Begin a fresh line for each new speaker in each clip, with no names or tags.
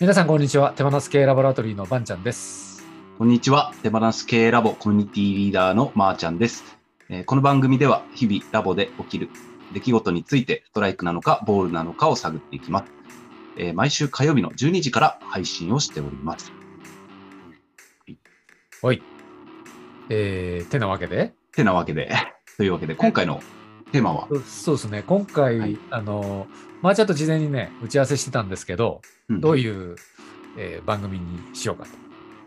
皆さん、こんにちは。手放す系ラボラトリーのばんちゃんです。
こんにちは。手放す系ラボコミュニティリーダーのまーちゃんです。えーこの番組では日々ラボで起きる出来事についてストライクなのかボールなのかを探っていきます。えー毎週火曜日の12時から配信をしております。
はい。えー、てなわけで、
てなわけで、 というわけで今回のテーマは、
そうですね、今回、
はい
あの、まあちょっと事前にね、打ち合わせしてたんですけど、
うん
どういう、えー番組にしようかと。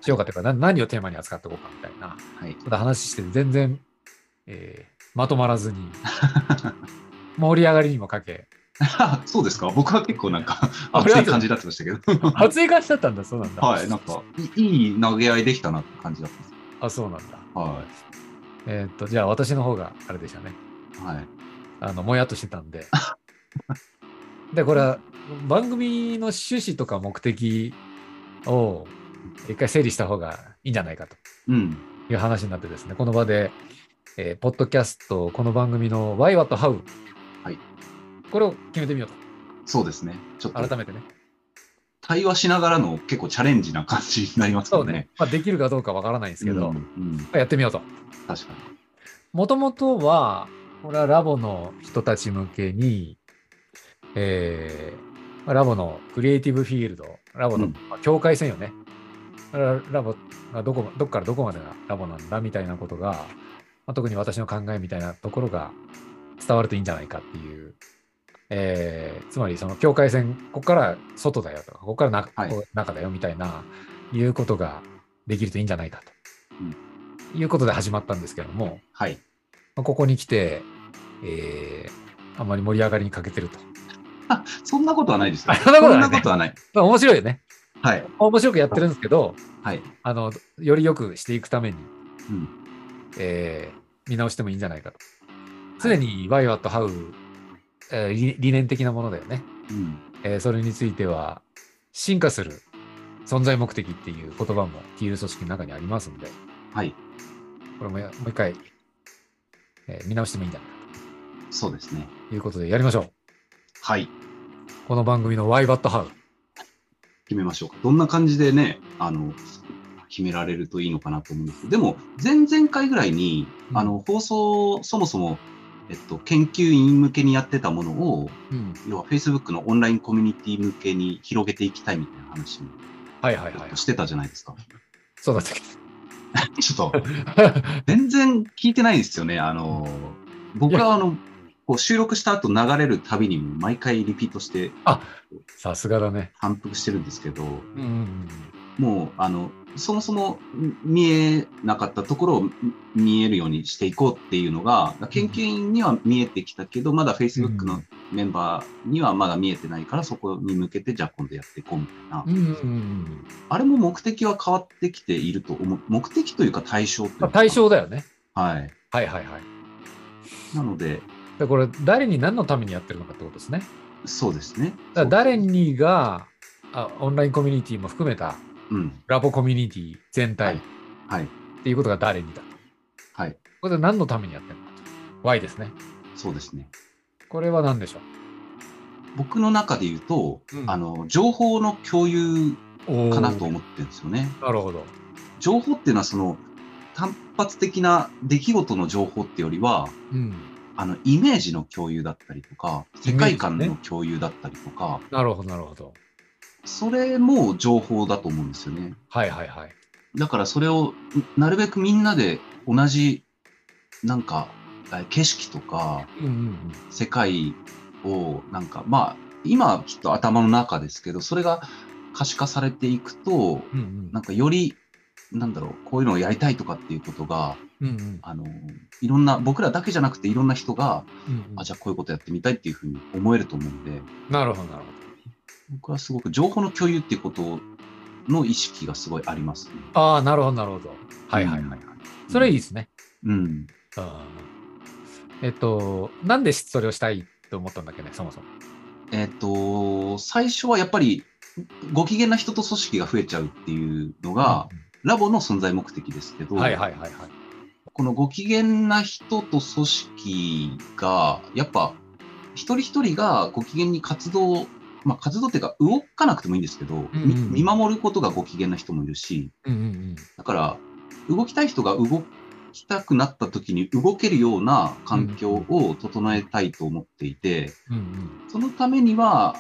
しようかというか、な何をテーマに扱っていこうかみたいな、
はい
ち ょっと話してて全然、えーまとまらずに、盛り上がりにもかけ、
そうですか僕は結構なんか
あ
熱
ありがと
い
う
感じになってましたけど。
熱い感じだったんだ、そうなんだ。
はい、なんかいいい投げ合いできたなって感じだったんです。
あ、そうなんだ。
は
えーっと、じゃあ私の方があれでしたね。
い。はい。
あの、もやっとしてたんで。で、これは番組の趣旨とか目的を一回整理した方がいいんじゃないかと
うん。
いう話になってですね、この場で、えーポッドキャスト、この番組の Why, What, How、
はい
これを決めてみよう
そうですね。ちょっ
と、改
と
めてね。
対話しながらの結構チャレンジな感じになります
そ
よ
う
ね。
ね、まあ、できるかどうかわからないんですけど、
うん
ま
うん、
あやってみようと。
確かに。
もともとは、これはラボの人たち向けに、えーまあラボのクリエイティブフィールド、ラボの、
うん
まあ境界線よね。ララボがどこ、どっからどこまでがラボなんだみたいなことが、まあ特に私の考えみたいなところが伝わるといいんじゃないかっていう。えーつまりその境界線、ここから外だよとか、ここから中,、
はい
中だよみたいな、いうことができるといいんじゃないかと。
うん
いうことで始まったんですけれども、
はい。
まあここに来て、えー、あんまり盛り上がりに欠けてると。
あ、そんなことはないですよ。
そんなことはないね
そんなことはない。
まあ面白いよね。
はい。
面白くやってるんですけど、
はい。
あの、より良くしていくために、
うん。
えー見直してもいいんじゃないかと。常にワイワットハウ、えー理理念的なものだよね、
うん。
えーそれについては、進化する存在目的っていう言葉も T ル組織の中にありますんで、
はい。
これもやもう一回、えー見直してもいいんじゃないか
そうですね。
ということでやりましょう。
はい。
この番組のワイワットハウ。
決めましょうか。どんな感じでね、あの、決められるといいのかなと思うんですけど、でも、前々回ぐらいに、
うん
あの、放送、そもそも、えっと、研究員向けにやってたものを、
うん。
要は Facebook のオンラインコミュニティ向けに広げていきたいみたいな話も
はいはい
ちょ
は
っ
い
と。してたじゃないですか。
そうだったっけ
ちょっと、全然聞いてないですよね。あの、僕はあの、こう収録した後流れるたびにも毎回リピートして
さすがだね。
反復してるんですけど、
うん。
もう、あの、そもそもん見えなかったところをん見えるようにしていこうっていうのが、研究員には見えてきたけど、まだ Facebook
う
の
ん
メンバーにはまだ見えてないから、そこに向けて、じゃあ今度やっていこうみたいな。
うんうんうん
あれも目的は変わってきていると思う。目的というか対象という
ま
か
あ、。対。象だよね。
はい。
はいはいはい。
なので、
でこれ、誰に何のためにやってるのかってことですね。
そうですね。
だから誰にがあ、オンラインコミュニティも含めた
うん。
ラボコミュニティ全体っ
はい。
ていうことが誰にだ。
はい。
これで何のためにやってるのか。Y ですね。
そうですね。
これは何でしょ
僕の中で言うと、
うん
あの、情報の共有
う
かなと思ってるんですよね。
なるほど。
情報っていうのは、その、単発的な出来事の情報ってよりは、
うん。
あの、イメージの共有だったりとか、世界観
イメージ
の共有だったりとか、
なるほど、なるほど。
それも情報だと思うんですよね。
はいはいはい。
だからそれを、んなるべくみんなで同じ、なんか、え景色とか、
うんうんうん。
世界をなんかまあ今はきっと頭の中ですけどそれが可視化されていくと
うんうん
なんかよりなんだろうこういうのをやりたいとかっていうことが
うんうん
あのいろんな僕らだけじゃなくていろんな人が
うんうん
あじゃあこういうことやってみたいっていうふうに思えると思うんで
なるほど、なるほ
僕はすごく情報の共有っていうことの意識がすごいありますね。
ど。ああ、なるほど、なるほど。はいはいはいはい。それいいですね。
うん。
あーえっと、なんでそれをしたいと思ったんだっけね、そもそも。
えっ、と最初はやっぱりご機嫌な人と組織が増えちゃうっていうのが、ラボの存在目的ですけど、
うんはいはいはいはい。
このご機嫌な人と組織が、やっぱ一人一人がご機嫌に活動まあ、活動っていうか、動かなくてもいいんですけど、
んうん
み見守ることがご機嫌な人もいるし、
うんうん
だから、動きたい人が動きたくなった時に動けるような環境を整えたいと思っていて、
うん。うん
そのためには、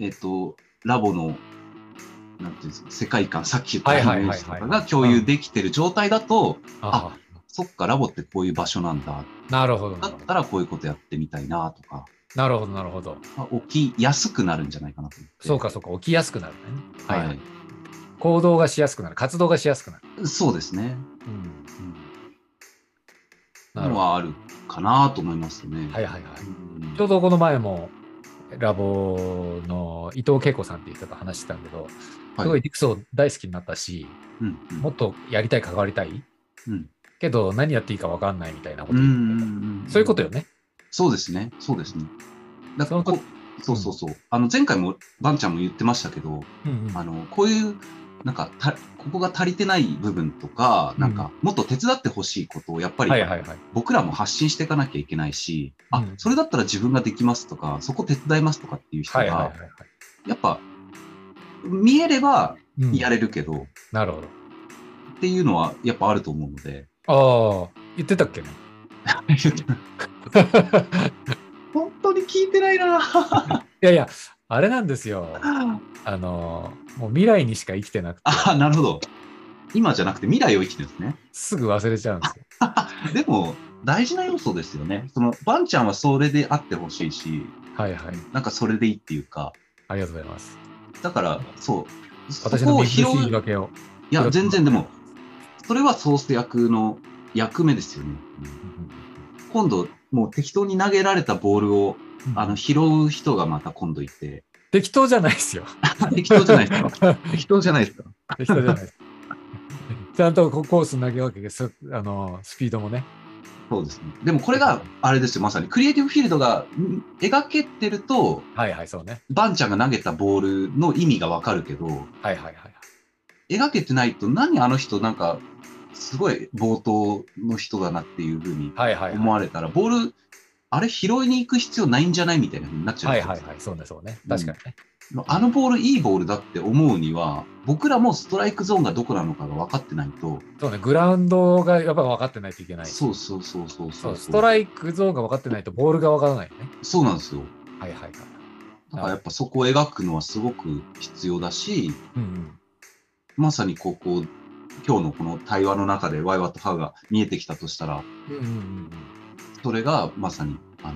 えっと、ラボの、なんていうんですか、世界観、さっき言った
はい
イ
はいはい
メー
はい
ジとかが共有できてる状態だと、
うん。あ
そっか、ラボってこういう場所なんだ。
なるほどな
だ
る
っ
ほど。
たらこういうことやってみたいなとか、
なるほど、なるほど。
まあ起きやすくなるんじゃないかなと思って。
そうか、そうか。起きやすくなるね。
はい。
はい。行動がしやすくなる。活動がしやすくなる。
そうですね。
うん。
うん。
なるほ
の
ど。
はあるかなと思いますね。
はいはいはい。
うん
ちょうどこの前も、ラボの伊藤恵子さんっていう人と話してたんだけど、すご
はい
ディクソー大好きになったし、
うん
もっとやりたい、関わりたい、
うん
けど何やっていいか分かんないみたいなこ
うん
と言っ
う
てた、
んうん
そういうことよね。
そうですね。そうですね。だから
その
こうそうそうそう。あの前回もバンちゃんも言ってましたけど、
うん
あのこういうなんかたここが足りてない部分とか、なんかもっと手伝ってほしいことをやっぱり
はいはいはい。
僕らも発信していかなきゃいけないし、
う
あ
ん
それだったら自分ができますとか、そこ手伝いますとかっていう人
はいはいはい
が
は、い。
やっぱ見えれば
うん
やれるけど
なるほど。
っていうのはやっぱあると思うの で、
ああ、言ってたっけね。
本当に聞いてない
い
な。
やいや、あれなんですよ。あの、もう未来にしか生きてなくて、
あ、なるほど。今じゃなくて未来を生きてるんですね。
すぐ忘れちゃうんですよ。
でも、大事な要素ですよね。その、バンちゃんはそれであってほしいし、
はいはい。
なんかそれでいいっていうか、
ありがとうございます。
だから、そう、そ
私の
こを
ビジネス言
広
い
げ、い
訳を。
や、全然でも、それはソース役の役目ですよね。うん今度、もう適当に投げられたボールを、
うん
あの、拾う人がまた今度いて、
適当じゃないですよ。
適当じゃないで すか。適当じゃないですか。
適当じゃないです。ちゃんとこうコース投げ分けて、そあのスピードもね。
そうですね。でもこれが、あれですよ、まさに、クリエイティブフィールドがん描けてると、
はいはい、そうね。
バンちゃんが投げたボールの意味がわかるけど、
はいはいはい。
描けてないと、何あの人、なんか、すごい冒頭の人だなっていうふうに
はいはい、
思
はい。
われたら、ボール、あれ拾いに行く必要ないんじゃないみたいなふうになっちゃう
はい
んですよ
はいはい、そうね、そうね。確かにね。
あのボール、いいボールだって思うには、僕らもストライクゾーンがどこなのかが分かってないと、
そうね、グラウンドがやっぱ分かってないといけない。
そうそうそうそう
そ、
そうう
ストライクゾーンが分かってないとボールが分からないよね。
そうなんですよ。
はいはいはい。
だからやっぱそこを描くのはすごく必要だし、
うんうん。
まさにこうこう今日のこの対話の中でワイワとハウが見えてきたとしたら、
うんうん
それがまさにあの、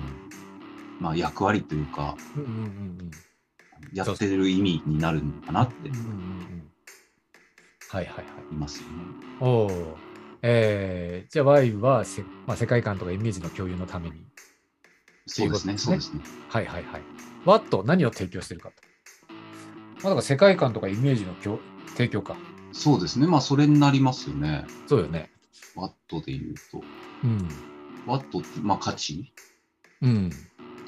まあ、役割というか、
うんうん。うんうんうん
やってる意味になるのかなって
うんうんうんうん。はいはいはい。
いますよね。
おお。えー、じゃあ Y はせ、まあ、世界観とかイメージの共有のために。
そうですね、
そ
そうう
いう
で
こ
すね。
はいはいはい。ワット何を提供してるかと。まあ、だから世界観とかイメージの供提供か。
そうですね、まあそれになりますよね。
そうよね。
ワットで言うと。
うん。
ワットって、まあ価値
うん。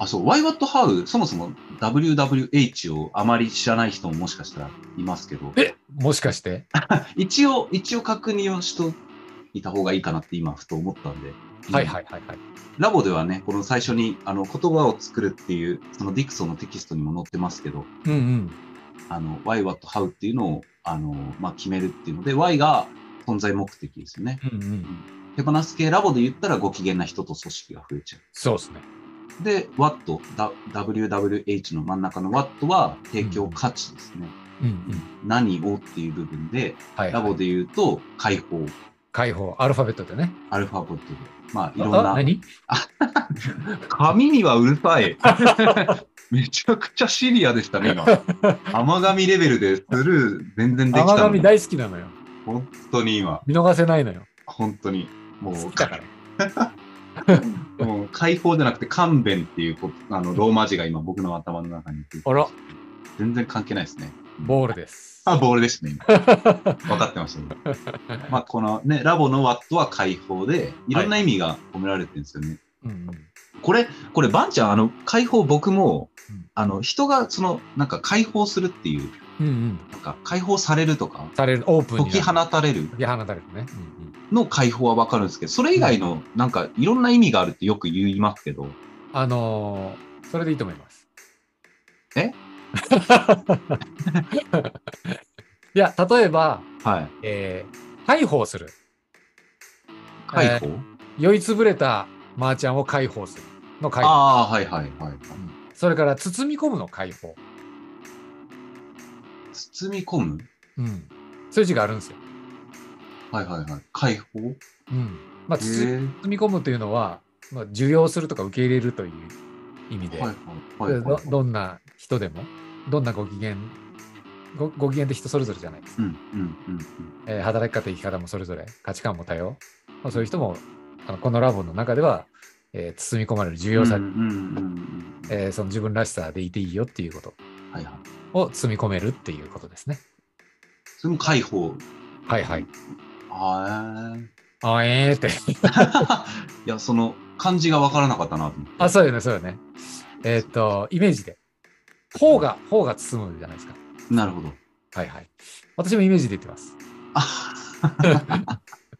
あ、そう、ワイワットハウ、そもそも WWH をあまり知らない人ももしかしたらいますけど、
えもしかして
一応、一応確認をしといた方がいいかなって今、ふと思ったんで。
はいはいはいはい。
ラボではね、この最初にあの言葉を作るっていう、そのディクソンのテキストにも載ってますけど、
うんうん。
あの、why, what, how っていうのを、あの、まあ、決めるっていうので、y が存在目的ですよね。
うんうん。
手放す系ラボで言ったらご機嫌な人と組織が増えちゃ
そうですね。
う。で、what、だ wwh の真ん中の what は提供価値ですね。
うんうん。
何をっていう部分で、
はい、
ラボで言うと解放、
解放、アルファベットでね。
アルファボットで、まあ、いろん
あ
な。
何
紙にはうるさい。 めちゃくちゃシリアでしたね、 今。甘神レベルでスルー全然でき
甘
たの
神
に。
大好きなのよ。
本当に今、
見逃せないのよ。
本当に。も
好きだか
う、
ら。
もう解放じゃなくて勘弁っていうこあのローマ字が今僕の頭の中にいて。
あら、
全然関係ないですね。
ボールです。
あ、ボールですね、今。 分かってました、ね。まあ、このね、ラボのワットは解放で、いろんな意味が込められてるんですよね。
うんうん。
これ、これ、ばんちゃん、あの、解放僕も
うん、
あの、人が、その、なんか解放するっていう、
うんうん。
なんか解放されるとか、
される、オープンに
解
なる。
き放たれる
解き放たれるね。うんうん。
の解放はわかるんですけど、それ以外の、なんか、いろんな意味があるってよく言いますけど、
あのーそれでいいと思います。
え
いや、例えば、
はい。
えー解放する。
解放、
酔いつぶれたマーちゃんを解放するの解放。
ああ、はいはいはいはい。
それから包み込むの解放。
包み込む
うん。そういう字があるんですよ。
はいはいはい。解放へ
うん。まあ、包み
え。
包み込むというのは、まあ、受容するとか受け入れるという意味で、
はいはいはいはい
どどんな人でも、どんなご機嫌、ごご機嫌って人それぞれじゃないですか
うんうんうん
えー働き方、生き方もそれぞれ、価値観も多様。まあ、そういう人も、あのこのラボの中では、えー包み込まれる重
うん。
要さ、
うんうんうんうん
えーその自分らしさでいていいよっていうこと
はいはい。
を包み込めるっていうことですね。
それも解放。
はいはい。
は
あえーって。
い。いや、その漢字が分からなかったなと思って。
あ、そうよね、そうよね。えーっと、イメージで。頬が、頬が包むじゃないですか。
なるほど。
はいはい。私もイメージで言ってます。
あ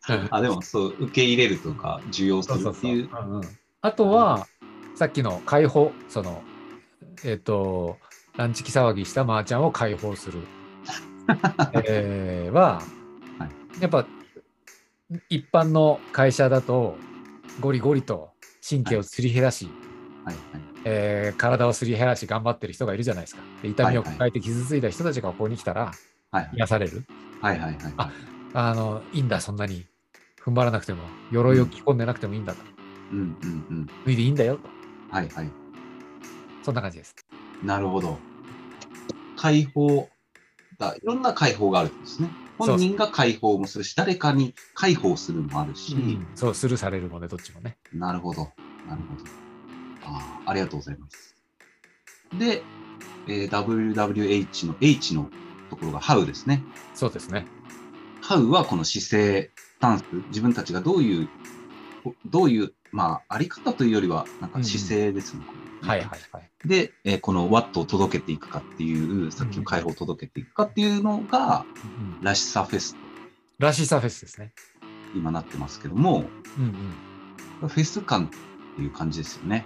うん
あ、でもそう、受け入れるとか、受容す
そうそ
る
う
って
そう。
いう。
うんうんあとは、さっきの解放、その、えっ、と、ランチキ騒ぎしたまーちゃんを解放 する。えーは、
は
やっぱ、一般の会社だと、ゴリゴリと神経をすり減らし、
はいはい。
えー体をすり減らし頑張ってる人がいるじゃないですか。で痛みを抱えて傷ついた人たちがここに来たら、
はいはい
癒される。
はいはいはい。
ああの、いいんだ、そんなに。踏ん張らなくても、鎧を着込んでなくてもいいんだと。
うんうん
脱いでいいんだよと。
うん。はいはい。
そんな感じです。
なるほど。解放だ。いろんな解放があるんですね。
そうそう
本人が解放もするし、誰かに解放するのもあるし、
そう、スルーされるもんね、どっちもね。
なるほど。なるほど。あーありがとうございます。で、えー WWH の H のところが How ですね。
そうですね。
How はこの姿勢、スタンス、自分たちがどういう、どういう、まあ、あり方というよりは、なんか姿勢ですね。
はいはいはい。
で、えーこの Watt を届けていくかっていう、さっきの解放を届けていくかっていうのが、
うん
らしさフェスと
らしさフェスですね。
今なってますけども、
うんうん。
フェス感っていう感じですよね。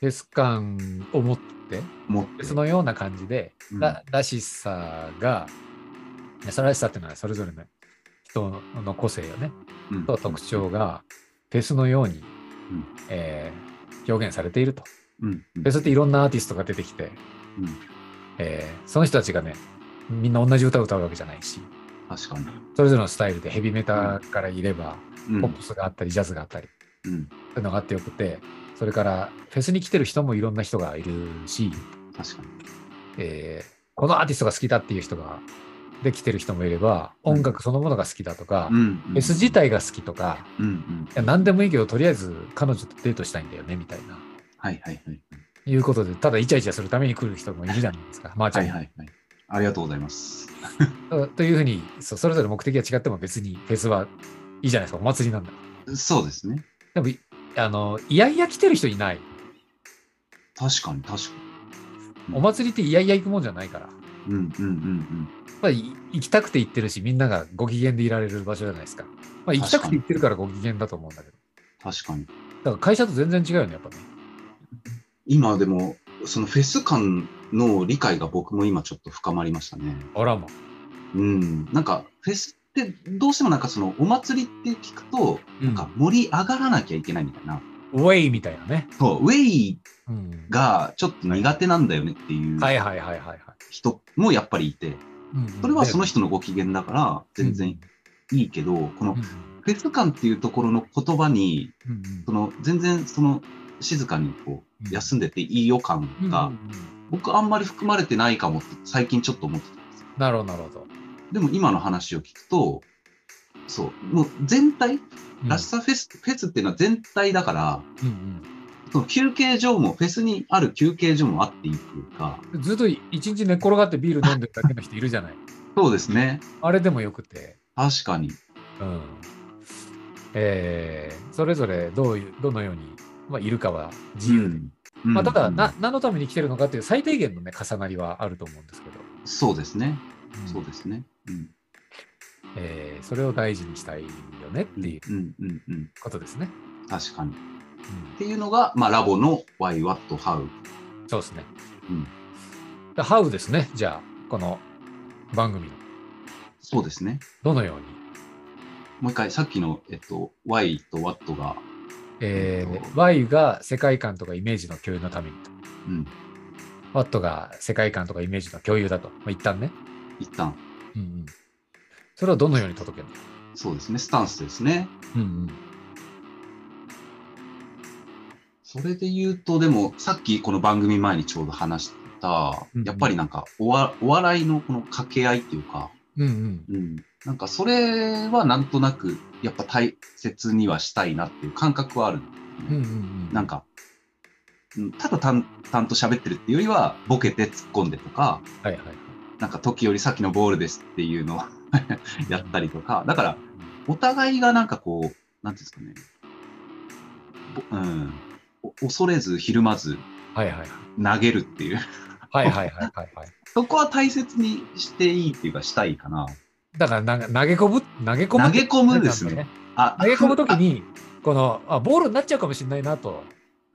フェス感を持って、
も
フェスのような感じで、
うん
ららしさが、ねそのらしさっていうのはそれぞれの人の個性よね、
うん
と特徴が、フェスのように、
ん
えー表現されていると。
うんう
フ
ん
ェスっていろんなアーティストが出てきて、
うん
えーその人たちがね、みんな同じ歌を歌うわけじゃないし、
確かに。
それぞれのスタイルでヘビメタからいれば、
うん
ポップスがあったり、ジャズがあったり、
うん
そういうのがあってよくて、それからフェスに来てる人もいろんな人がいるし、
確かに。
えーこのアーティストが好きだっていう人が、で来てる人もいれば、
うん
音楽そのものが好きだとか、
うんうん
フェス自体が好きとか、
うんうん
いや何でもいいけど、とりあえず彼女とデートしたいんだよね、みたいな。
はいはいはい。
いうことで、ただイチャイチャするために来る人もいるじゃないですか、まあちゃ
は
ん
い
に、
はいはい。ありがとうございます。
とというふうにそう、それぞれ目的が違っても別にフェスはいいじゃないですか、お祭りなんだ。
そうですね。
でも、いあの、いやいや来てる人いない。
確かに確か
お祭りっていやいや行くもんじゃないから。
に。うんうんうん
やっぱり行きたくて行ってるし、みんながご機嫌でいられる場所じゃないですか。まあ、行きたくて行ってるからご機嫌だと思うんだけど。
うん。確かに。
だから会社と全然違うよね、やっぱね。
今でも、そのフェス感の理解が僕も今ちょっと深まりましたね。
あらま。
うん。なんか、フェスってどうしてもなんかそのお祭りって聞くと、
な
なんか、盛り上がらなきゃいけないみたいな。
ウェイみたいなね。
そう、ウェイ
うん。
がちょっと苦手なんだよねっていう
はいはいはいはいはい。
人もやっぱりいて、
うん
それはその人のご機嫌だから全然いいけど、こ
う
の
ん
フェス感っていうところの言葉に、
うんうん
その全然その静かにこ
うん
う休んでていい予感
うん
が、
うん
僕あんまり含まれてないかもって最近ちょっと思ってたんですよ。
なるほど、なるほど。
でも今の話を聞くと、そう、もう全
う
体、
ん
らしさフェス、フェスっていうのは全体だから、
うん
その休憩所も、フェスにある休憩所もあっていいというか、
うんずっと一日寝っ転がってビール飲んでるだけの人いる じゃない。
そうですね。
あれでもよくて。
確かに。
うん。えー、それぞれどういう、どのように、まあ、いるかは自由で。
うん
まあ、ただ、
うん
な何のために来てるのかっていう最低限の、ね、重なりはあると思うんですけど、
そうですね。そう
す、
ですね。うん。
えーそれを大事にしたいよねっていう
うんうんうん。
ことですね。
確かに。っていうのが、まあ、ラボの YWATHOW。
うんそうですね、
うん
でハウですね、じゃあ、この番組の。
そうですね。
どのように。
もう一回、さっきの、えっと、Y と Watt が、
え
えっ
ー、
と
Y が世界観とかイメージの共有のためにと。
うん、
Watt が世界観とかイメージの共有だと。まあ、一旦ね。
一旦、
うんうん。それをどのように届けるの
そうですね、スタンスですね。
うんうん。
それで言うと、でも、さっきこの番組前にちょうど話した
うんう、ん
やっぱりなんかおわ、お笑いのこの掛け合いっていうか、
うんうん。
うん、なんかそれはなんとなく、やっぱ大切にはしたいなっていう感覚はある。
うんうんうん。
なんか、うんただ淡々と喋ってるっていうよりは、ボケて突っ込んでとか、
はいはい。
なんか時より先のボールですっていうのを やったりとか、だから、お互いがなんかこう、なんていうんですかね、ぼうん、お恐れず、ひるまず、
はいはいはい。
投げるっていう、
はいはいはいはいはい。
そこは大切にしていいっていうか、したいかな。
だからなんか投げ込む、投げ込む。
投げ込むですね
なんか。
あ
投げ込むとき
あ
に、このあ、ボールになっちゃうかもしれないなと、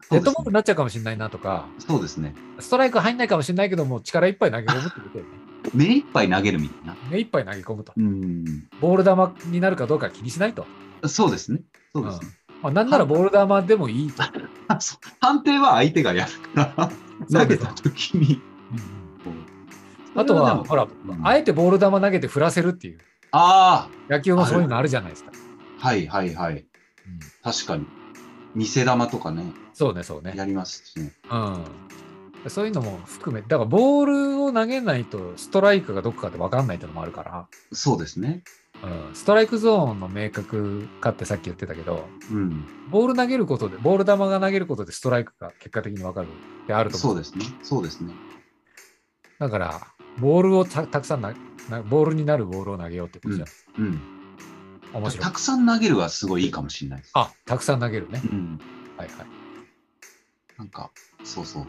そ
デ
う
ッ
で
ド
す
ボール
ね
になっちゃうかもしれないなとか、
そうですね。
ストライク入んないかもしれないけども、力いっぱい投げ込むってことよね。
目いっぱい投げるみたいな。
目いっぱい投げ込むと
う。ん、
ボール球になるかどうか気にしないと。
そうですね。そうですね。
まあ、なんならボール球でもいいと。
あそう判定は相手がやる から、投げた時に。
うんあとは、ほら、あ
あ
えてボール球投げて振らせるっていう、
あ
野球もそういうのあるじゃないですか。
ー、はいはいはい。
う
確かに。見せ玉とかね、
んそうね、そうね。
やりますしね。
うん。そういうのも含め、だからボールを投げないとストライクがどこかって分かんないっていうのもあるから。
そうですね。
うんストライクゾーンの明確化ってさっき言ってたけど、
うん。
ボール投げることで、ボール球が投げることでストライクが結果的に分かるってあると思
そう
う。
ですね。そうですね。
だから、ボールをたたくさんなな、ボールになるボールを投げようってことじゃん。
うん。
面白い
た。くさん投げるはすごいいいかもしれないです。
あ、たくさん投げるね
う。ん。
はいはい。
なんか、そうそう。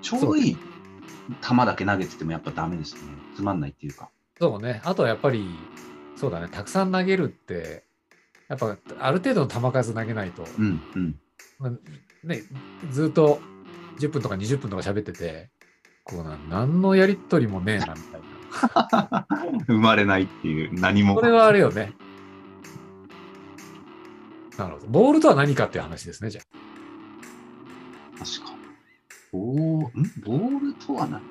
ちょうどいい球だけ投げててもやっぱダメですね。つまんないっていうか。
そうね。あとはやっぱり、そうだね。たくさん投げるって、やっぱある程度の球数投げないと、
うんうん。
まあね、ずっと10分とか20分とか喋ってて、こうな、何のやりとりもねえなみたいな。
生まれないっていう、何も。
これはあれよね。なるほど。ボールとは何かっていう話ですね、じゃ
確か。ボーんボールとは何か。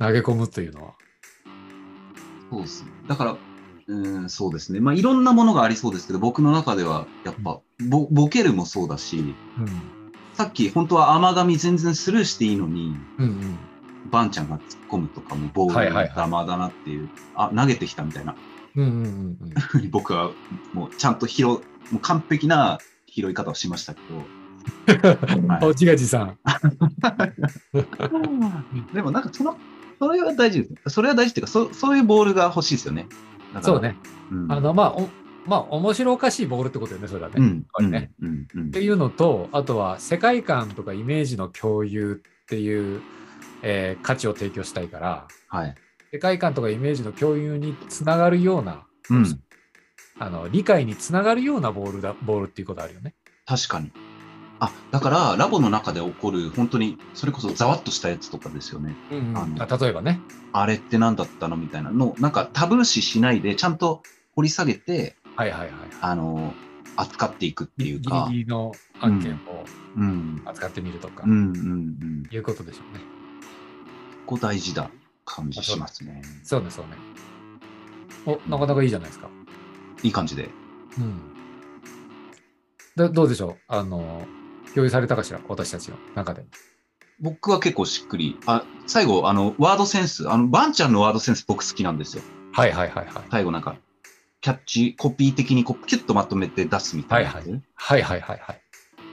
あ。投げ込むというのは。
そうですね。だから、うん、そうですね。まあ、いろんなものがありそうですけど、僕の中では、やっぱ、ボボケるもそうだし、
うん。
さっき、本当は甘噛み全然スルーしていいのに、
うん
バンちゃんが突っ込むとかも、ボー
は
ル
いはい
の
はい
邪魔だなっていう、あ、投げてきたみたいな
うん。うんうんうんうん。
ふうに、僕は、もう、ちゃんと拾う、もう完璧な拾い方をしましたけど、はい
あ、自画自賛。
でもなんか、その、それは大事です。それは大事っていうか、そそういうボールが欲しいですよね。だから
そう。ね。
うん
あの、まあ、おまあ、面白おかしいボールってことよね、それはね。
う
っ
ん、
ぱりね
うん、うん、うん
ていうのと、あとは世界観とかイメージの共有っていう、えー価値を提供したいから、
はい。
世界観とかイメージの共有につながるような、
うん、
あの理解につながるようなボールだ、ボールっていうことあるよね。
確かに。あ、だから、ラボの中で起こる、本当に、それこそざわっとしたやつとかですよね。
うん
ん
あ例えばね。
あれって何だったのみたいなの、なんかタブー視しないで、ちゃんと掘り下げて、
はいはいはい。
あの、扱っていくっていうか
ギ。リギリの案件を
うん。
扱ってみるとか、
うん、うん、うん。
いうことでしょうね。
ここ大事だ感じしますね。
そうね、そうね。お、なかなかいいじゃないですか。
いい感じで。
うん。どどうでしょうあの、共有されたかしら私たちの中で。
僕は結構しっくり。あ、最後、あの、ワードセンス、あの、バンちゃんのワードセンス僕好きなんですよ。
はいはいはいはい。
最後なんか、キャッチ、コピー的にこうキュッとまとめて出すみたいなやつ。
はいはいはいはいはい。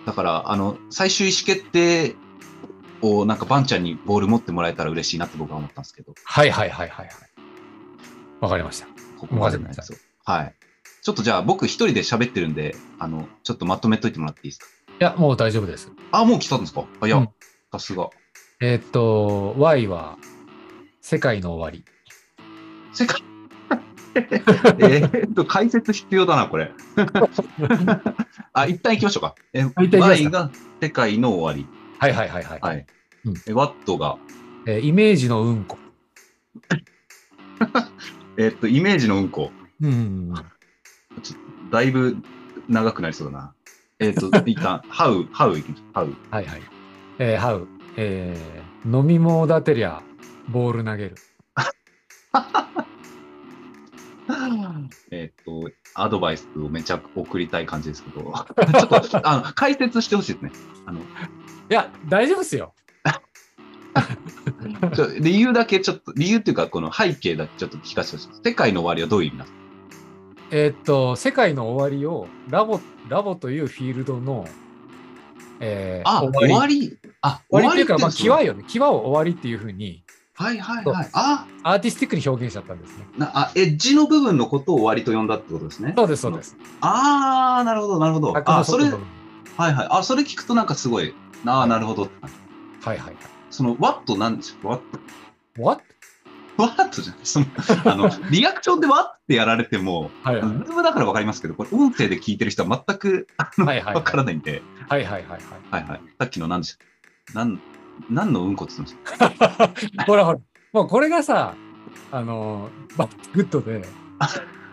だから、あの、最終意思決定を、なんか、バンちゃんにボール持ってもらえたら嬉しいなって僕は思ったんですけど、
はいはいはいはいはい。わかりました。
ここまでなんですよ。はい。ちょっとじゃあ、僕一人で喋ってるんで、あの、ちょっとまとめといてもらっていいですか。
いや、もう大丈夫です。
あ、もう来たんですかあいや、
うん
さすが。
えーっと、Y は、世界の終わり。
世界えーっと、解説必要だな、これ。 あ、一旦行きましょうか。え
一旦行きますか
Y が世界の終わ
はいはいはいはい。
り。はい。
うん
えワットが、
えーイメージのうんこ。
えっと、イメージのうんこ、
うんうんうん。
だいぶ長くなりそうだな。えっ と、一旦、ハウ、ハウいきましょう。ハウ。
はいはい。えー、ハウ。えー飲み物立てりゃ、ボール投げる。
えっと、アドバイスをめちゃく送りたい感じですけど、ち ょっと、あの、解説してほしいですね。あの、
いや、大丈夫ですよ。
ちょ理由だけちょっと、理由っていうか、この背景だけちょっと聞かせてほしいです。世界の終わりはどういう意味なんですか
えーっと、世界の終わりを、ラボ、ラボというフィールドの、えー
あ、終わりあ、
終わりっていうか、まあ、
終わ
際
りって
よね。際を終わりっていうふうに、
いうのはいはいはい。あ
アーティスティックに表現しちゃったんですね。
なあ、エッジの部分のことを終わりと呼んだってことですね。
そうです、そうです。
ああ、なるほど、なるほど。あ、それ、
角度
はい
の
はい。あ、それ聞くとなんかすごい、ああ、なるほどって感じ。
はいはい。
その、ワットなんですよ。ワット。
What?
ワットじゃない。その、 あの、リアクションでワッってやられても、
はいはい。
ズームだからわかりますけど、これ音声で聞いてる人は全く
はいはい
わからないんで、
はいはいはい
はいはい。さっきの何でしたっけなん、何のうんこって言ってまし
はい。ほらほら、もうこれがさ、あのー、バッグッドで、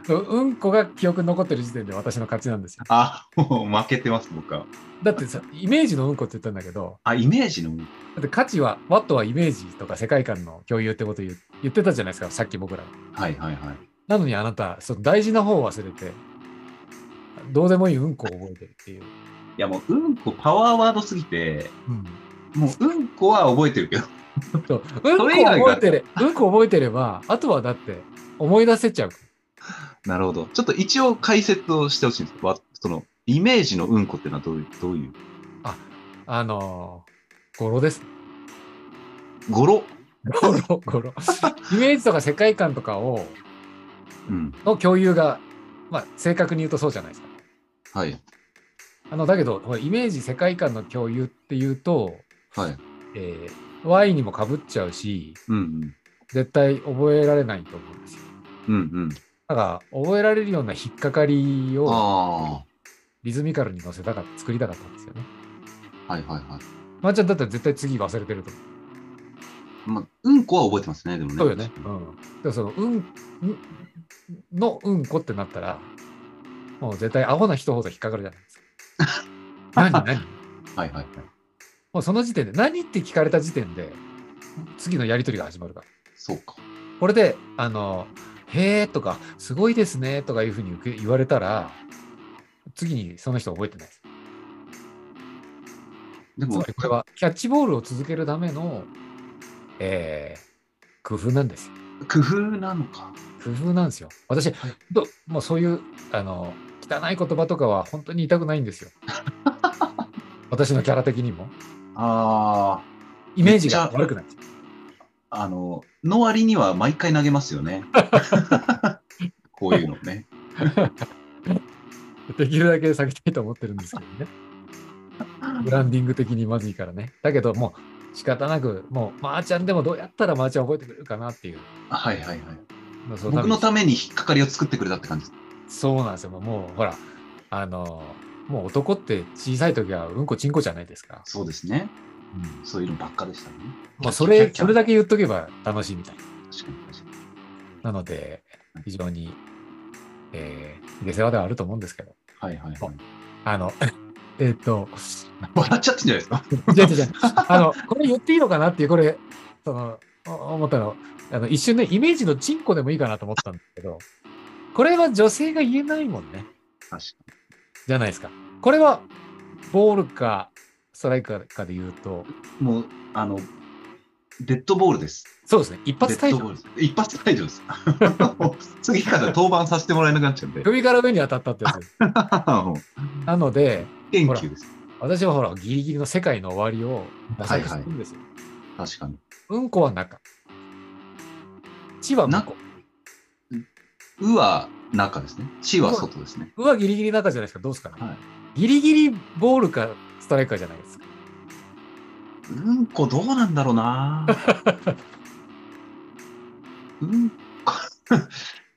うんこが記憶に残ってる時点で私の勝ちなんですよ。
たあ、もう負けてます、僕は。
だってさ、イメージのうんこって言ったんだけど、
あ、イメージのうんこ。
だって価値は、ワットはイメージとか世界観の共有ってこと言う言ってたじゃないですか、さっき僕ら。
はいはいはい。
なのにあなた、その大事な方を忘れて、どうでもいいうんこを覚えてるっていう。
いやもう、うんこパワーワードすぎて、
うん
もううんこは覚えてるけど、
そううんこ
そ
を
れ以外が
覚えてれ、うんこを覚えてれば、あとはだって思い出せちゃう。
なるほど。ちょっと一応解説をしてほしいんですわその、イメージのうんこっていうのはどういう、どういう
あのー、語呂です。
語呂
語呂、語呂。イメージとか世界観とかを、
うん。
の共有が、まあ、正確に言うとそうじゃないですか。
はい。
あの、だけど、ほらイメージ、世界観の共有っていうと、
はい。
えー、Y にもかぶっちゃうし、
うんうん。
絶対覚えられないと思うんですよ。
うんうん。
だから、覚えられるような引っかかりを
あ
リズミカルに乗せたかった、作りたかったんですよね。
あ。はいはいはい。
まあ、ちゃんだったら絶対次忘れてると思う。
まあ、うんこは覚えてますね、でもね。
そうよね。うん。でもその、うん、うんのうんこってなったら、もう絶対アホな人ほど引っかかるじゃないですか。何何
はいはいはい。
もうその時点で、何って聞かれた時点で、次のやりとりが始まるから。
そうか。
これで、あの、へえとか、すごいですねとかいうふうに受け言われたら、次にその人覚えてないです。
で
つ
も
まり、これはキャッチボールを続けるための、えー、工夫なんですよ。
工夫なのか。
工夫なんですよ。私、
はい
どもうそういうあの汚い言葉とかは本当に言いたくないん ですよ。私のキャラ的にも。
あ
イメージが悪くなっちゃ
あ、あの、の割には毎回投げますよ ね。こういうのね。
う。できるだけ避けたいと思ってるんですけど ね。ブランディング的にまずいからね。だけどもう仕方なく、もうまーちゃんでもどうやったらまーちゃん覚えてくれるかなっていう。
はいはいはい。
そ
僕の
た
ために引っかかりを作ってくれたって感じです。
そうなんですよ。もうほら、あの、もう男って小さい時はうんこちんこじゃないですか。
そうですね。
うん
そういうのばっかでしたね。
もうそれ、
キャ
そ
ッキャ
れだけ言っとけば楽しいみたいな。
確かに確かに
なので、非常に、えー、下世話ではあると思うんですけど、
はいはいはい。
あ の、えーっと、
笑っちゃってんじゃないですか。
じゃじゃじゃ、あの、これ言っていいのかなっていう、これ、その、お思ったの、あの、一瞬ね、イメージのチンコでもいいかなと思ったんですけど、これは女性が言えないもんね、
確か
じゃないですか。これは、ボールか、ストライクかで言うと、
に。もう、あの、デッドボールです。
そうですね、一発退
デッドボ
場
ール。です一発退場です。 次から登板させてもらえなくなっちゃうんで。
首から上に当たったってやつ。
もう
なので、
研究です。
私はほら、ギリギリの世界の終わりを出そうとするんですよ。
確かに。
うんこは中。ちは向こ
うは中ですね。ちは外ですね。
う。うはギリギリ中じゃないですか。どうですかね。
は
ギリギリボールかストライクかじゃないですか。
うんこどうなんだろ うなうんこ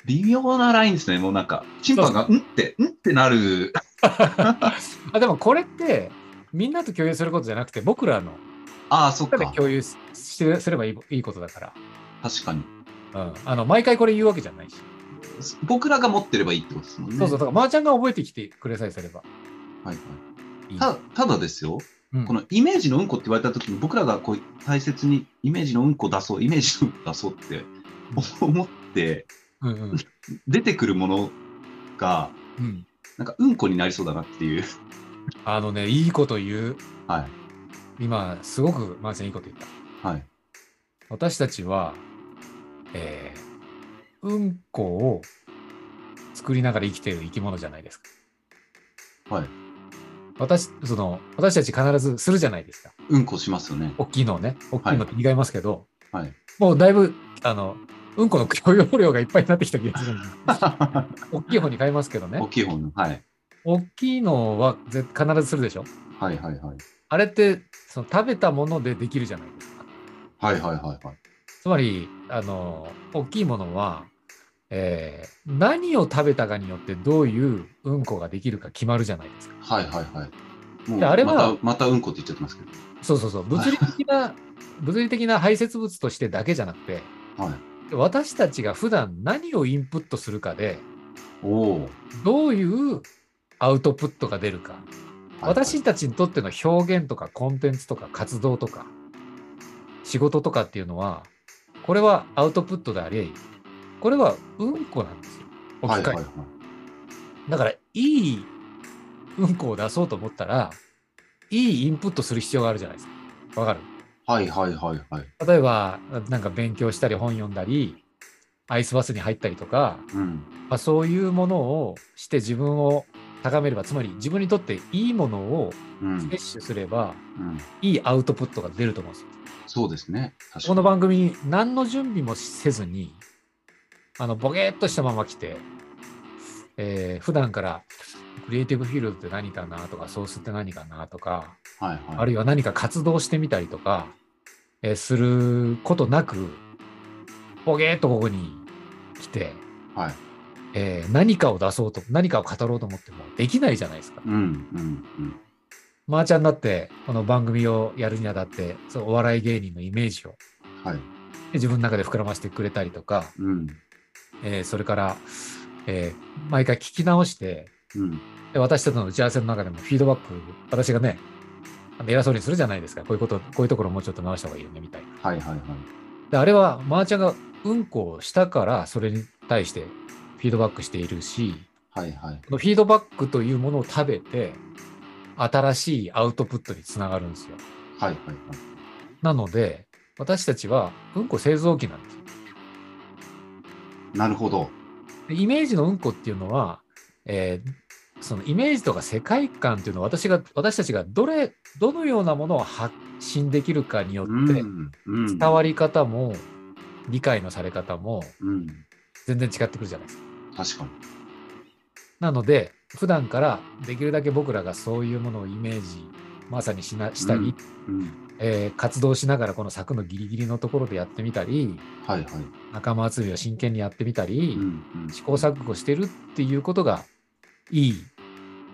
微妙なラインですね。もうなんか、審判が、うんって、うんってなる。
あでもこれってみんなと共有することじゃなくて僕らの
ああ、そった
だ
か。
共有ししてすればいいいいことだか
確かに。
ら、うん、あの毎回これ言うわけじゃないし、
僕らが持ってればいいってことですもんね。
そうそうだからまー、ちゃんが覚えてきてくれさえすれば
はい
いい
はい、たただですよ、
うん
このイメージのうんこって言われたときに、僕らがこう大切にイメージのうんこ出そう、イメージのうんこ出そうって思って、
うんうん
出てくるものが、
うん、
なんかうんこになりそうだなっていう。
あのねいいこと言う
は
今すごくまーちゃんいいこと言った
い。はい。
私たちは、えーうんこを作りながら生きている生き物じゃないですか。
はい。
私、その、私たち必ずするじゃないですか。
うんこしますよ ね。
大きいのをね。大きいのって違いますけど、
はい
もうだいぶ、あの、うんこの許容量がいっぱいになってきた気がするんで 大きい方に変えますけど
大
ね。
きい方の。はい。
大きいのはぜ必ずするでしょ。
はいはいはい。
あれって、その食べたものでできるじゃないですか。
はいはいはいはい。
つまり、あの、大きいものは、えー何を食べたかによってどういううんこができるか決まるじゃないですか。
はいはいはい。もう
であれは
また、またうんこって言っちゃってますけ
そうそうそう。物理的な、物理的な排泄物としてだけじゃなくて、
ど。はい。
私たちが普段何をインプットするかで、
おお。
どういうアウトプットが出るか。
はいはい
私たちにとっての表現とかコンテンツとか活動とか仕事とかっていうのは、これはアウトプットであり、これはうんこなんですよ。置き換
は
え
い
て
はいはい。
だから、いいうんこを出そうと思ったら、いいインプットする必要があるじゃないですか。わかる
はいはいはいはい。
例えば、なんか勉強したり、本読んだり、アイスバスに入ったりとか、
うん。
まあ、そういうものをして自分を高めれば、つまり自分にとっていいものを
うん。
摂取すれば、
うん。
いいアウトプットが出ると思うんですよ。
そうですね。確か
こ
に
の番組、何の準備もせずに、あの、ボケーっとしたまま来て、えー普段から、クリエイティブフィールドって何かなとか、ソースって何かなとか、
はい
あ
はい。
るいは何か活動してみたりとか、えーすることなく、ボケーっとここに来て、
はい。
えー何かを出そうと、何かを語ろうと思ってもできないじゃないですか。
うんうんうん。
まー、ちゃんだって、この番組をやるにあたって、そのお笑い芸人のイメージを
はい。
で自分の中で膨らませてくれたりとか、
うん。
えーそれから、えー毎回聞き直して、
うん。
で私たちの打ち合わせの中でもフィードバック、私がね、あの偉そうにするじゃないですか。こういうこと、こういうところもうちょっと直した方がいいよね、みたいな。
はいはいはい。
で、あれは、まーちゃんがうんこをしたから、それに対してフィードバックしているし、
はいはい。
このフィードバックというものを食べて、新しいアウトプットにつながるんですよ。
はいはいはい。
なので、私たちはうんこ製造機なんですよ。
なるほど。
でイメージのうんこっていうのは、えーそのイメージとか世界観っていうのは私が私たちがどれどのようなものを発信できるかによ
うん
って。
うん
伝わり方も理解のされ方も
うん。
全然違ってくるじゃないですか。
確かに。
なので普段からできるだけ僕らがそういうものをイメージまさにしなしたり、
うんうん。
えー活動しながらこの柵のギリギリのところでやってみたり
はいはい。
仲間集めを真剣にやってみたり、
うんうん。
試行錯誤してるっていうことがいい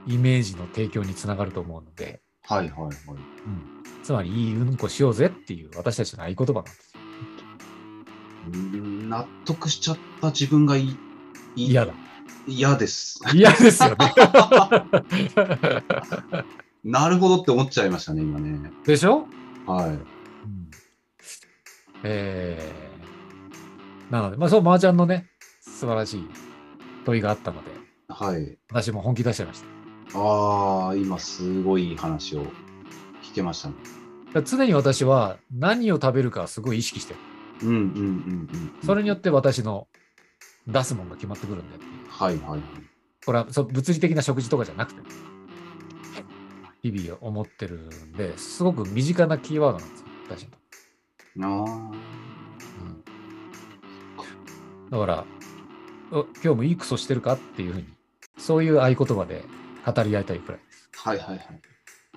イメージの提供につながると思うので、
はいはいはい。
つまりいいうんこしようぜっていう私たちの合言葉なんですよ。
うん納得しちゃった自分がいい。いい
嫌だ。。
嫌です。
嫌ですよね。
なるほどって思っちゃいましたね、今ね。
でしょ、
はい。
うん、えー、なので、まあそう、麻雀のね、素晴らしい問いがあったので、
はい。
私も本気出しちゃいました。
ああ、今すごいいい話を聞けましたね。
だから常に私は何を食べるかすごい意識してる。
うんうんうんうん。
それによ
っ
って私の出すものが決まってくるんでっていう。
て。はいはいはい。
これはそう物理的な食事とかじゃなくて、日々思ってるんで、すごく身近なキーワードなんですよ、私にとって
あ
だから、お今日もいいクソしてるかっていうふうに、そういう合言葉で語り合いたいくらいです。
あ。はいはいはい。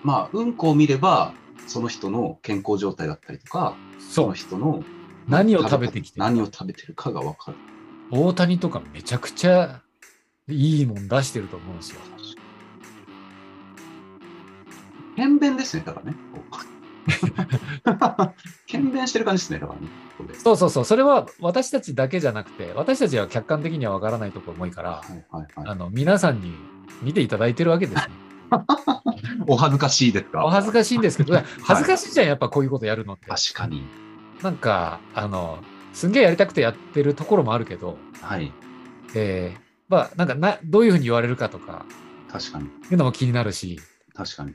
まあ、うんこを見れば、その人の健康状態だったりとか、そ
そ
の
う、
人の
何を食べてきてる
何を食べてるかが分かる。
大谷とかめちゃくちゃいいもん出してると思うんですよ。
変弁ですね、だからね。こう 検便してる感じですね、だからね。ここで
そうそうそう、それは私たちだけじゃなくて、私たちは客観的には分からないところも多いから、
はいはいは
あ
い。
の皆さんに見ていただいてるわけです、ね。
お恥ずかしいですか
お恥ずかしいんですけど、恥ずかしいじゃん、やっぱこういうことやるのって。
確かに。
なんか、あの、すんげえやりたくてやってるところもあるけど、
はい。
えーまあ、なんかな、どういうふうに言われるかとか、
確かに。
いうのも気になるし、
確かに。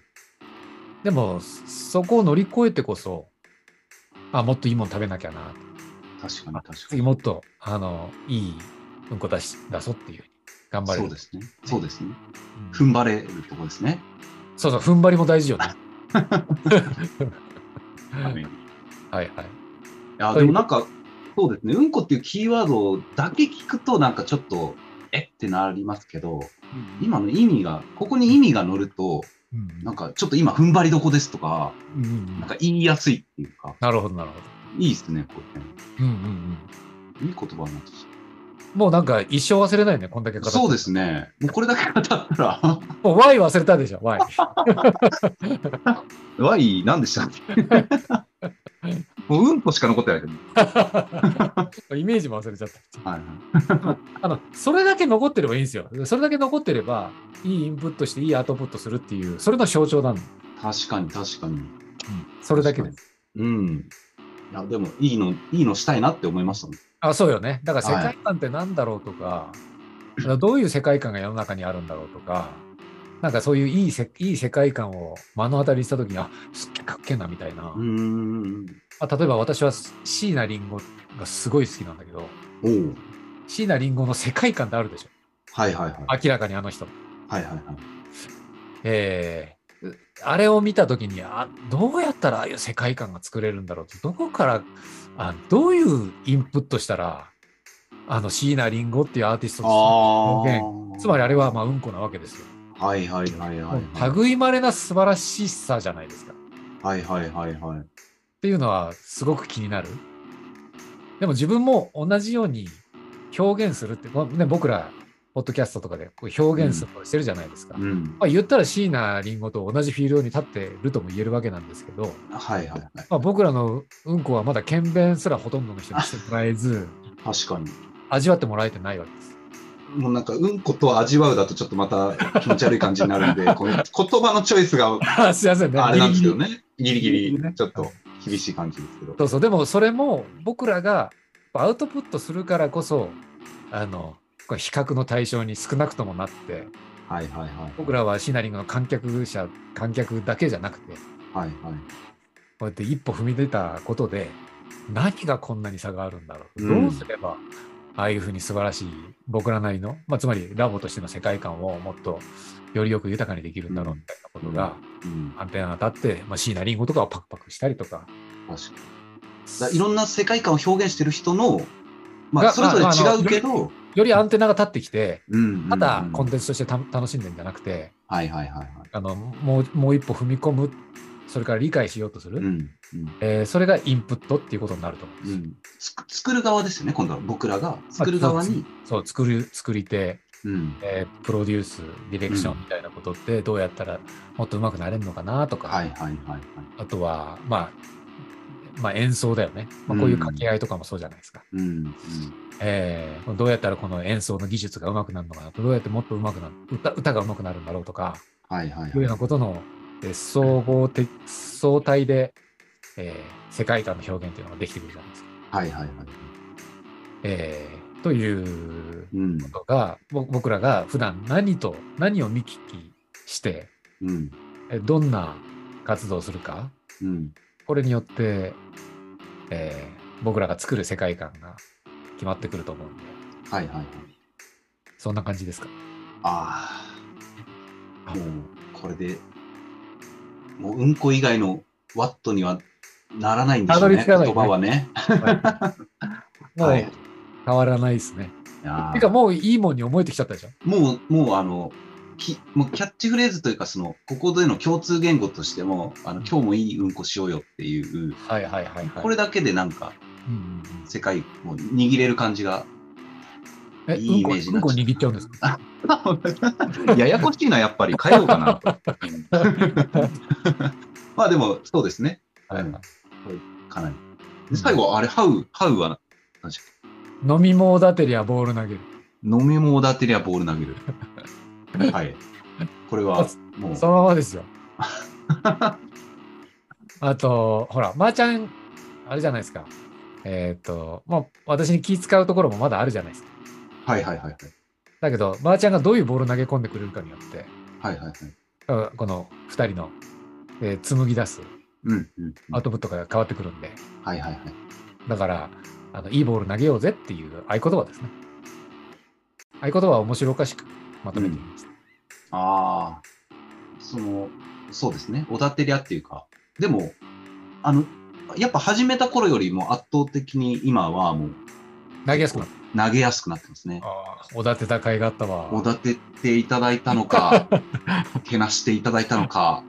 でも、そこを乗り越えてこそ、あ、もっといいもん食べなきゃな、
確かに。確か
次
に。
もっと、あの、いいうんこ出し、出そうっていうふうに頑張れ
そ
る。
うですね。そうですね。
うん
踏ん張れるとこですね。
そうそう、踏ん張りも大事よね。
はい
はいはい。
いや、でもなんか、そうですね、うんこっていうキーワードだけ聞くと、なんかちょっと、えってなりますけど、今の意味が、ここに意味が乗ると、
うん
なんかちょっと今、踏ん張りどこですとか、
うんうん
なんか言いやすいっていうか、
なるほど、なるほど。
いいですね、これね。
うんうんうん。
いい言葉になってき
もうなんか一生忘れないね、こんだけ語
た。
って
そうですね。もうこれだけ語ったら、
もう Y 忘れたでしょ、Y。
ワイン何でしたっ けもううんこしか残ってないけど。
イメージも忘れちゃった。
はいはい、
あの、それだけ残ってればいいんですよ。それだけ残ってれば、いいインプットして、いいアウトプットするっていう、それの象徴なの。
確かに確かに。
それだけです。
うん。いや、でもいいの、いいのしたいなって思いましたもん。
あ、そうよね。だから世界観って何だろうとか、だからどういう世界観が世の中にあるんだろうとか、なんかそういういいせいい世界観を目の当たりにしたときに、あ、すっげえかっけえなみたいな。
うーん。
まあ、例えば私は椎名林檎がすごい好きなんだけど、
おう
椎名林檎の世界観ってあるでしょ。
はいはいはい。
明らかにあの人。
はいはいはい。
えーうあれを見たときにあ、どうやったらああいう世界観が作れるんだろうと、どこから、あどういうインプットしたら、あの椎名林檎っていうアーティスト
あ
表
あ。
現、つまりあれはまあうんこなわけですよ。
はいはいはいはいはい。
もう類まれな素晴らしさじゃないですか。っ
はいはいはいはい。
ていうのはすごく気になる。でも自分も同じように表現するって、まあね、僕ら、ポッドキャストとかでこう表現することしてるじゃないですか。
うん。
まあ、言ったら椎名林檎と同じフィールドに立ってるとも言えるわけなんですけど、
はいはいはい。
まあ、僕らのうんこはまだ検便すらほとんどの人にしてもらえず、
確かに。
味わってもらえてないわけです。
もうなんか、うんこと味わうだとちょっとまた気持ち悪い感じになるん で、こういう言葉のチョイスが
あすいませんね。
あれなんですけど
ギリギリ。
ね。ギリギ
ギリギリ
リ
ね、
ちょっと厳しい感じですけど。
そうそう、でもそれも僕らがアウトプットするからこそ、あの、これ比較の対象に少なくともなって、
はいはいはい。
僕らはシナリングの観客者、観客だけじゃなくて、こ
はいは
うやって一歩踏み出たことで、何がこんなに差があるんだろう。
うん
どうすれば、ああいうふうに素晴らしい僕らなりの、まあ、つまりラボとしての世界観をもっとよりよく豊かにできるんだろうみたいなことが、
い。うん。
アンテナが立って、まあ、椎名林檎とかをパクパクしたりとか。
確かに。だからいろんな世界観を表現してる人の、ま
が
あ、それぞれ
まあまあ
違うけど、
よりアンテナが立ってきて、
うん
ただコン
ン
テンツとしてた楽しんでんじゃなくて、
はいはいはいはい。
あのもうもう一歩踏み込む、それから理解しようとする、
うん。うん
えーそれがインプットっていうことになると思うんで
う
す。
ん、つく作る側ですよね、今度は僕らが作る側に、
そう作る作り手、
うん、
えープロデュース、ディレクショ
う
ンみたいなことって、どうやったらもっと上手くなれるのかなとか、
はいはいはいはい。
あとは、まあ、まあ、演奏だよね、まあ、こういう掛け合いとかもそうじゃないですか。
うんうん、
えーどうやったらこの演奏の技術が上手くなるのかなどうやってもっと上手くなる歌歌が上手くなるんだろうとか
はいはい
いうような
は
ことの、えー総合的相対で、えー世界観の表現というのができてくるじゃないですか。
い。はいはいはい。
えーという
うん
ことがぼ僕らが普段何と何を見聞きして
うん
えーどんな活動をするか
うん
これによって、えー僕らが作る世界観が決まってくると思うんで
はいはいはい。
そんな感じですか。
ああ、もうこれで、もううんこ以外のワットにはならないんでしょう
たどり
ね、
着かないね
言葉 はね。
はい、もう、
はい
変わらないですね。
いや
て
ー
かもういいもんに思えてきちゃったでしょ。
もう、もうあの、きもうキャッチフレーズというか、その、ここでの共通言語としても、あの、今日もいいうんこしようよっていう、
はいはいはいはい。
これだけでなんか、
うんうんうん、
世界を握れる感じが、
え、
いい
うん
イ
こ
メージに
う
なんっち
こ
ゃった
握っちゃうんですか
ややこしいな、やっぱり、変えようかな。まあでも、そうですね。
はいはい
かなり。で、最後、あれ、ハウ、ハウは、
飲み物だてりゃボール投げる。
飲み物を当てりゃボール投げる。はい。これは、もう、
そのまま ですよ。あと、ほら、まー、ちゃん、あれじゃないですか。えーっと、まあ、私に気使うところもまだあるじゃないですか。
はいはいはいはい。
だけど、まー、ちゃんがどういうボール投げ込んでくれるかによって、
はいはいはい。
うんこの2人の、えー紡ぎ出す
うん、うん。
アウトプットが変わってくるんで、
はいはいはい。
だから、あのいいボール投げようぜっていう合言葉ですね。合言葉は面白おかしくまとめてみました。
ああ、その、そうですね。おだてりゃっていうか、でも、あの、やっぱ始めた頃よりも圧倒的に今はもう
投げやすくなっ
投げやすくなってますね
た。。ああ、おだてた甲斐があったわ。
おだてていただいたの か、けなしていただいたのか、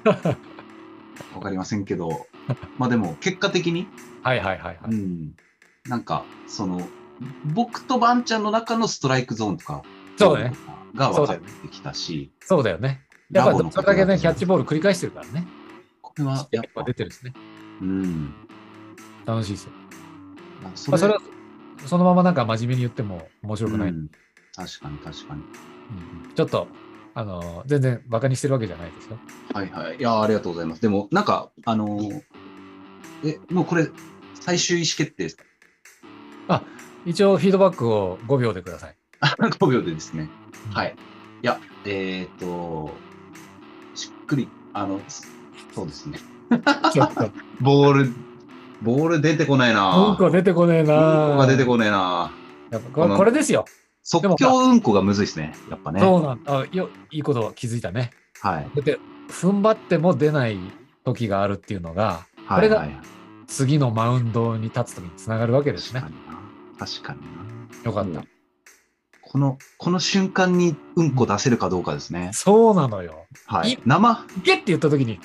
わかりませんけど、まあでも結果的に、
はいはいはい、は
う
い
ん、なんか、その、僕とバンちゃんの中のストライクゾーンとか、
そうね。。
が分かってきたし、
そうだよね。やっぱ
ラボ
り
の
そ
こ
れ
と
だけ
だ
ね、
と
キャッチボール繰り返してるからね。
これはやっぱ
出、てるんですね。
うん。
楽しいですよ。
まあそ
まあ、それはそのままなんか真面目に言っても面白くない。
うん確かに確かに。
うんちょっと、あのー全然バカにしてるわけじゃないですよ。
はいはい。いや、ありがとうございます。でも、なんか、あのーえ、もうこれ、最終意思決定ですか
一応、フィードバックを5秒でください。
?5 秒でですね。は
う
い。いや、えっ、と、しっくり、あの、そそうですね。
ん。ちょっと、
ボール、ボール出てこないな。
うんこ出てこねえな。
うんこが出てこないな。
やっぱこれこれですよ。でも
即興うんこがむずいですね。やっぱね。
そうなんあよいいこと気づいたね。
はい。
だって、踏ん張っても出ない時があるっていうのが、こ
は
れ
い
が
はいはい。
次のマウンドに立つ時につながるわけです
確
ね
か。にな。確かにな。
よかった。
この、この瞬間にうんこ出せるかどうかですね。
そうなのよ。
はいい。 生、
ゲって言った時に、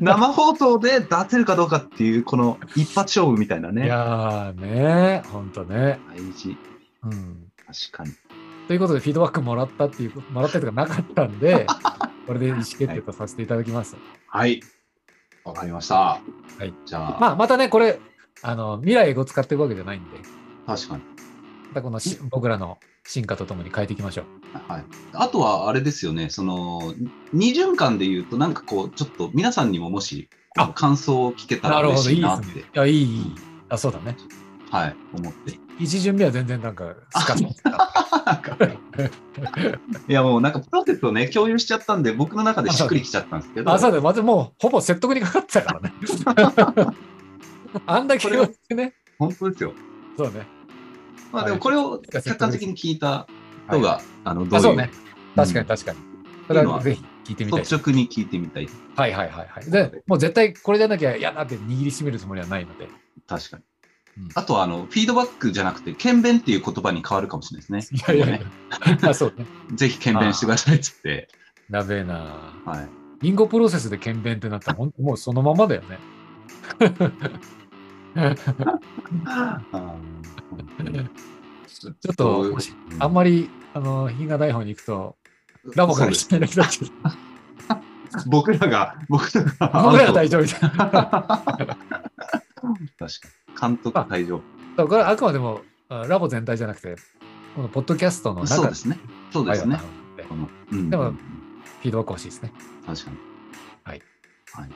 生放送で出せるかどうかっていう、この一発勝負みたいないね。
やーねほんとね。
大事。
うん。
確かに。
ということで、フィードバックもらったっていうこと、もらったりとかなかったんで、これで意思決定とさせていただきます。。
はい。わかりました。はいじゃあ、
まあ、またね、これ、あの、未来語使っていくわけじゃないんで、
確かに。
またこのし僕らの進化とともに変えていきましょう。
はい。あとは、あれですよね。その、二循環で言うと、なんかこう、ちょっと皆さんにももし、こ
あ
の感想を聞けた
な
ら
る
嬉
ほど、い
しい
いで
な
す
って、
ね。いや、いい、いい。あ、そうだね。
はい、思って。
一巡目は全然なんか、スカスカした。
なんか いや、もうなんかプロセスをね、共有しちゃったんで、僕の中でしっくりきちゃったんですけど。
あ、そうだ、まずもう、ほぼ説得にかかってたからね。 あんだけ言ってね。
本当ですよ。
そうね。
まあで
は
も
い
これを客観的に聞いた人が、あの、どういう
あ、そうね。確か
う
に
ん
確かに。それはぜひ聞いてみたいです
率。直に聞いてみたい。
はいはいはいはい。で、もう絶対これじゃなきゃ嫌だって握りしめるつもりはないので。
確かに
うん。
あとは、あの、フィードバックじゃなくて、検便っていう言葉に変わるかもしれないですね。
いやいやい
こ
や。 あ、そうね。
こねぜひ検便してくださいっつって。
なべえな。
はい。
リンゴプロセスで検便ってなったら、ほんともうそのままだよね。
あー
ちょっと、もしあんまり、あの、品がない方に行くと、ラボから
そうです
していただきたいけど
僕らが、僕らが。
僕らが大丈夫みたいな。
確かに。監督退場。
そうこれはあくまでも、あラボ全体じゃなくて、このポッドキャストの
そう
中
ですね。そうです
な
ね
の。で、フ
このうん
でも
うん
ィードバック欲しいですね。
確かに。
はい。
はい、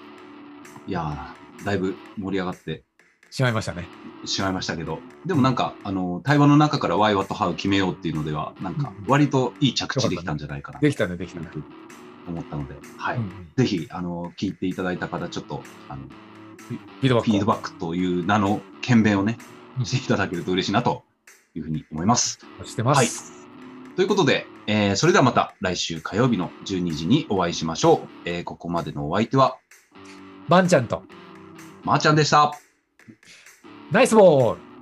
いやー、だいぶ盛り上がって
しまいましたね。
しまいましたけど、でもなんか、あの、対話の中から Why, What, How 決めようっていうのでは、なんか
うん、
割といい着地できたんじゃないかな
できたね、できたね。
と思ったので、はい。
うんうん
ぜひ、あの、聞いていただいた方、ちょっと、あの、
フィードバッ
フィード
クを。
バックという名の検便をね
う、ん
していただけると嬉しいなというふうに思います。
してます。
はいということで、えーそれではまた来週火曜日の12時にお会いしましょう。えーここまでのお相手は、
バンちゃんと、
まーちゃんでした。
ナイスボール